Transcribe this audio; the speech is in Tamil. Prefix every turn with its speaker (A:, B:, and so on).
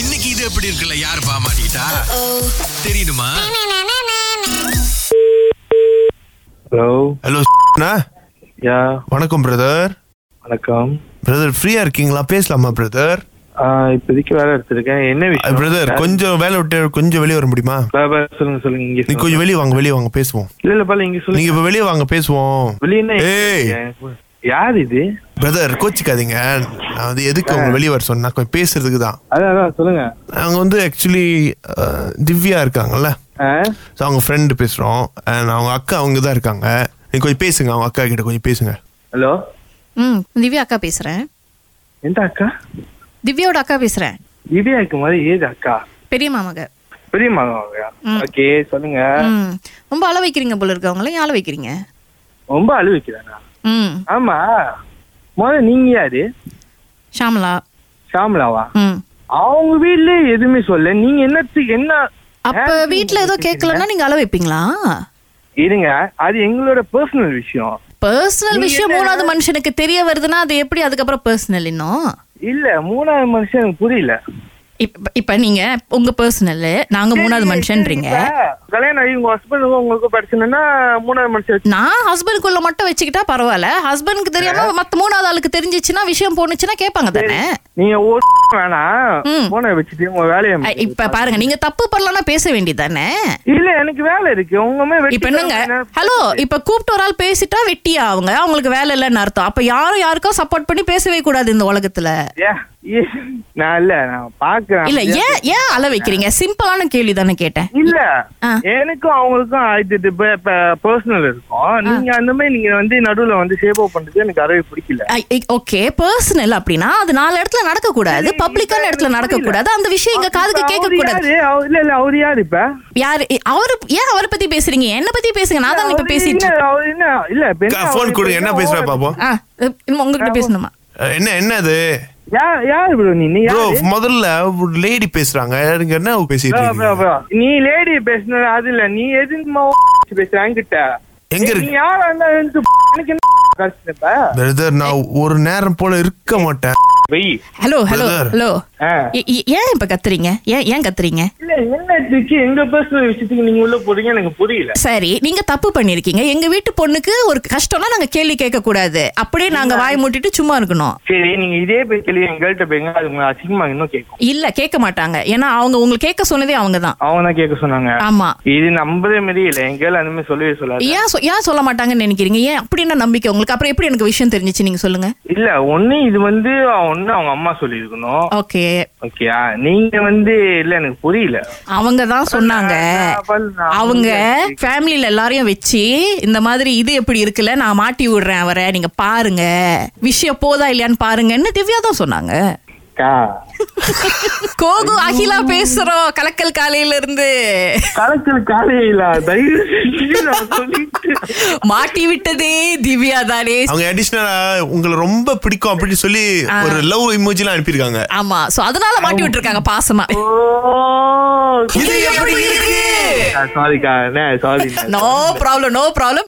A: இன்னைக்கு இது எப்படி இருக்குல்ல யார் பாமாட்டா தெரியுமா
B: ஹலோ
C: ஹலோ
B: யா
C: வணக்கம் பிரதர்
B: வணக்கம்
C: பிரதர் ஃப்ரீயா இருக்கீங்களா பேசலாமா பிரதர்
B: ஆ, இப்போதைக்கு வேலை எடுத்திருக்கேன் என்ன விஷயம்
C: பிரதர்
B: யார்?
C: கொஞ்சம் வேலை விட்டு கொஞ்சம் வெளியே வர முடியுமா
B: பா, பா, சொல்லுங்க சொல்லுங்க இங்க
C: நீ
B: சொல்லுங்க.
C: கொஞ்சம் வெளியே வாங்க வெளியே வாங்க பேசுவோம்
B: இல்ல இல்ல பால இங்க
C: நீங்க
B: சொல்லுங்க
C: இப்ப வெளியே வாங்க பேசுவோம்
B: வெளிய என்ன
C: ஏய்.
B: இருக்கீங்க? யார் இது
C: பிரதர் கோச்சிக்காதீங்க நான் வந்து எதுக்கு உங்க வெளியே வர சொன்னா கொஞ்சம் பேசுறதுக்கு தான்
B: அதான் அதான் சொல்லுங்க
C: நாங்க வந்து ஆக்சுவலி திவ்யா இருக்காங்கல்ல
B: ஆ?
C: ஸோ அவங்க ஃப்ரெண்டு பேசுறோம் அண்ட் அவங்க அக்கா அவங்க தான் இருக்காங்க நீ கொஞ்சம் பேசுங்க அவங்க அக்கா கிட்ட கொஞ்சம் பேசுங்க
B: ஹலோ
D: ம் திவ்யா அக்கா பேசுகிறேன்
B: எந்த அக்கா
D: திவ்யாவோட அக்கா பேசுகிறேன்
B: இதே இருக்க மாதிரி ஏது அக்கா
D: பெரிய மாமக
B: பெரிய மகன் ஓகே சொல்லுங்க
D: ம் ரொம்ப அள வைக்கிறீங்க போல இருக்கு அவங்கள ஏன் அள வைக்கிறீங்க
B: ரொம்ப அழுவிக்கிறானா
D: ம்
B: ஆமா முதல்ல நீங்க யாரு
D: ஷாமலா
B: ஷாம்லாவா
D: ம்
B: அவங்க வீட்ல எதுவுமே சொல்ல நீங்க என்னத்துக்கு என்ன
D: அப்போ வீட்டில் ஏதோ கேட்கலன்னா நீங்கள் அள வைப்பீங்களா
B: இருங்க அது எங்களோட பர்சனல் விஷயம்
D: பர்சனல்
B: நீங்க
D: விஷயம்
B: என்ன-
D: மூணாவது மனுஷனுக்கு தெரிய வருதுன்னா அது எப்படி அதுக்கப்புறம் பர்சனல் இன்னும்
B: இல்ல மூணாவது மனுஷன் எனக்கு புரியல
D: இப்ப இப்ப நீங்க உங்க பர்சனல் நாங்க மூணாவது மனுஷன்றீங்க
B: இப்ப கல்யாணம் ஆகி உங்க ஹஸ்பண்டுக்கும் உங்களுக்கு பிரச்சனைனா மூணாவது மனுஷன் வச்சு-
D: நான் ஹஸ்பண்டுக்குள்ள மட்டும் வச்சுக்கிட்டா பரவாயில்ல ஹஸ்பண்டுக்கு தெரியாம மத்த மூணாவது ஆளுக்கு தெரிஞ்சிச்சுன்னா விஷயம் போனுச்சுன்னா கேட்பாங்க தானே
B: நீங்க ஒரு வேணாம்
D: ம்.
B: போனை வச்சுட்டு உங்க வேலையை
D: அ,
B: முடிங்க.
D: இப்ப பாருங்க நீங்க தப்பு பண்ணலன்னா பேச வேண்டியதானே
B: இல்ல எனக்கு வேலை இருக்கு உங்களுமே
D: இப்ப என்னங்க ஹலோ இப்ப கூப்பிட்டு ஒரு ஆள் பேசிட்டா வெட்டியா அவங்க அவங்களுக்கு வேலை இல்லைன்னு அர்த்தம் அப்ப யாரும் யாருக்கும் சப்போர்ட் பண்ணி பேசவே கூடாது இந்த உலகத்துல
B: நான் இல்ல நான் பாக்குறேன்
D: இல்ல ஏன் ஏன் அள வைக்கிறீங்க சிம்பிளான கேள்வி தானே கேட்டேன்
B: இல்ல
D: ஆ.
B: எனக்கும் அவங்களுக்கும் ஆயிட்டு பர்சனல் இருக்கும் நீங்க அந்த மாதிரி நீங்க வந்து நடுவுல வந்து ஷேப் அப் பண்றது எனக்கு அறவே பிடிக்கல
D: ஓகே பர்சனல் அப்படின்னா அது நாலு இடத்துல நடக்க கூடாது பப்ளிக்கான இடத்துல நடக்க கூடாது அந்த விஷயம் எங்க காதுக்கு கேட்க
B: அவரு
D: கூடாது
B: யாரு? அவ- இல்ல இல்ல அவரு யாரு இப்ப
D: யாரு இ- அவரு ஏன் அவரை பத்தி பேசுறீங்க என்ன பத்தி பேசுங்க நான் தான் இப்ப
B: அவரு
D: பேசிட்டு
B: என்ன- அவரு என்ன இல்ல இப்ப என்ன
C: ஃபோன்
B: அவரு
C: கொடுங்க என்ன
B: இப்ப
C: பேசுற
B: அவரு-
C: பாப்போம்
D: ஆ, இனிமே உங்ககிட்ட பேசணுமா
C: அஹ், என்ன என்னது
B: யா- யாரு bro நீ? நீ
C: ப்ரோ
B: யாரு?
C: முதல்ல ஒரு லேடி பேசுறாங்க நீங்க என்ன பேசிட்டு
B: bro, bro,
C: இருக்கீங்க
B: bro. நீ lady பேசுனது அது இல்ல. நீ எதுக்குமா வச்சு பேசுற என்கிட்ட?
C: எங்க
B: ஏய்,
C: இருக்கு?
B: நீ யாரா இருந்தா எனக்கு எனக்கு என்ன பிரச்சனை இப்ப?
C: பிரதர் நான் ஒரு நேரம் போல இருக்க மாட்டேன்
B: வெய்.
D: Hello hello
C: Brother.
D: ஹலோ
B: ஆ.
D: ஏன் இப்ப கத்துறீங்க ஏன் ஏன் கத்துறீங்க
B: இல்ல, என்ன இதுக்கு? எங்க personal விஷயத்துக்கு நீங்க உள்ள போறீங்க எனக்கு புரியல
D: சரி நீங்க தப்பு பண்ணிருக்கீங்க எங்க வீட்டு பொண்ணுக்கு ஒரு கஷ்டம்னா நாங்க கேள்வி கேட்க கூடாது அப்படியே நாங்க வாய் மூடிட்டு சும்மா இருக்கணும்
B: சரி நீங்க இதே போய் கேள்வி எங்கள்கிட்ட போய்ங்க அது உங்களை அசிங்கமா இன்னும் கேட்கும்
D: இல்ல கேட்க மாட்டாங்க ஏன்னா அவங்க உங்களுக்கு கேட்க சொன்னதே அவங்க தான்
B: அவங்க தான் கேட்க சொன்னாங்க
D: ஆமா
B: இது நம்பதே மாரி இல்ல எங்கால அந்த மாதிரி சொல்லவே சொல்லாது
D: ஏன் சொ- ஏன் சொல்ல மாட்டாங்கன்னு நினைக்கிறீங்க ஏன் அப்படி என்ன நம்பிக்கை உங்களுக்கு அப்புறம் எப்படி எனக்கு விஷயம் தெரிஞ்சுச்சு நீங்க சொல்லுங்க
B: இல்ல ஒண்ணு இது வந்து ஒண்ணு அவங்க அம்மா சொல்லி இருக்கணும்
D: ஓகே
B: ஓகேயா நீங்க வந்து இல்ல எனக்கு புரியல
D: அவங்க தான் சொன்னாங்க அவங்க ஃபேமிலியில எல்லாரையும் வச்சு இந்த மாதிரி இது எப்படி இருக்குல்ல நான் மாட்டி விடுறேன் அவரை நீங்க பாருங்க விஷயம் போதா இல்லையான்னு பாருங்கன்னு திவ்யா தான் சொன்னாங்க
B: அக்கா,
D: கோகு அகிலா பேசுறோம் கலக்கல் காலையில இருந்து
B: கலக்கல் காலையில தயவு செஞ்சு நான் சொல்லிட்டு
D: மாட்டி விட்டதே திவ்யா தானே
C: அவங்க அடிஷனலா உங்களை ரொம்ப பிடிக்கும் அப்படின்னு சொல்லி ஒரு லவ் இமோஜி எல்லாம் அனுப்பியிருக்காங்க
D: ஆமா சோ அதனால மாட்டி விட்டுருக்காங்க பாசமா
B: ஓ
D: இது எப்படி இருக்கு
B: சாரிக்கா என்ன sorry
D: no problem no problem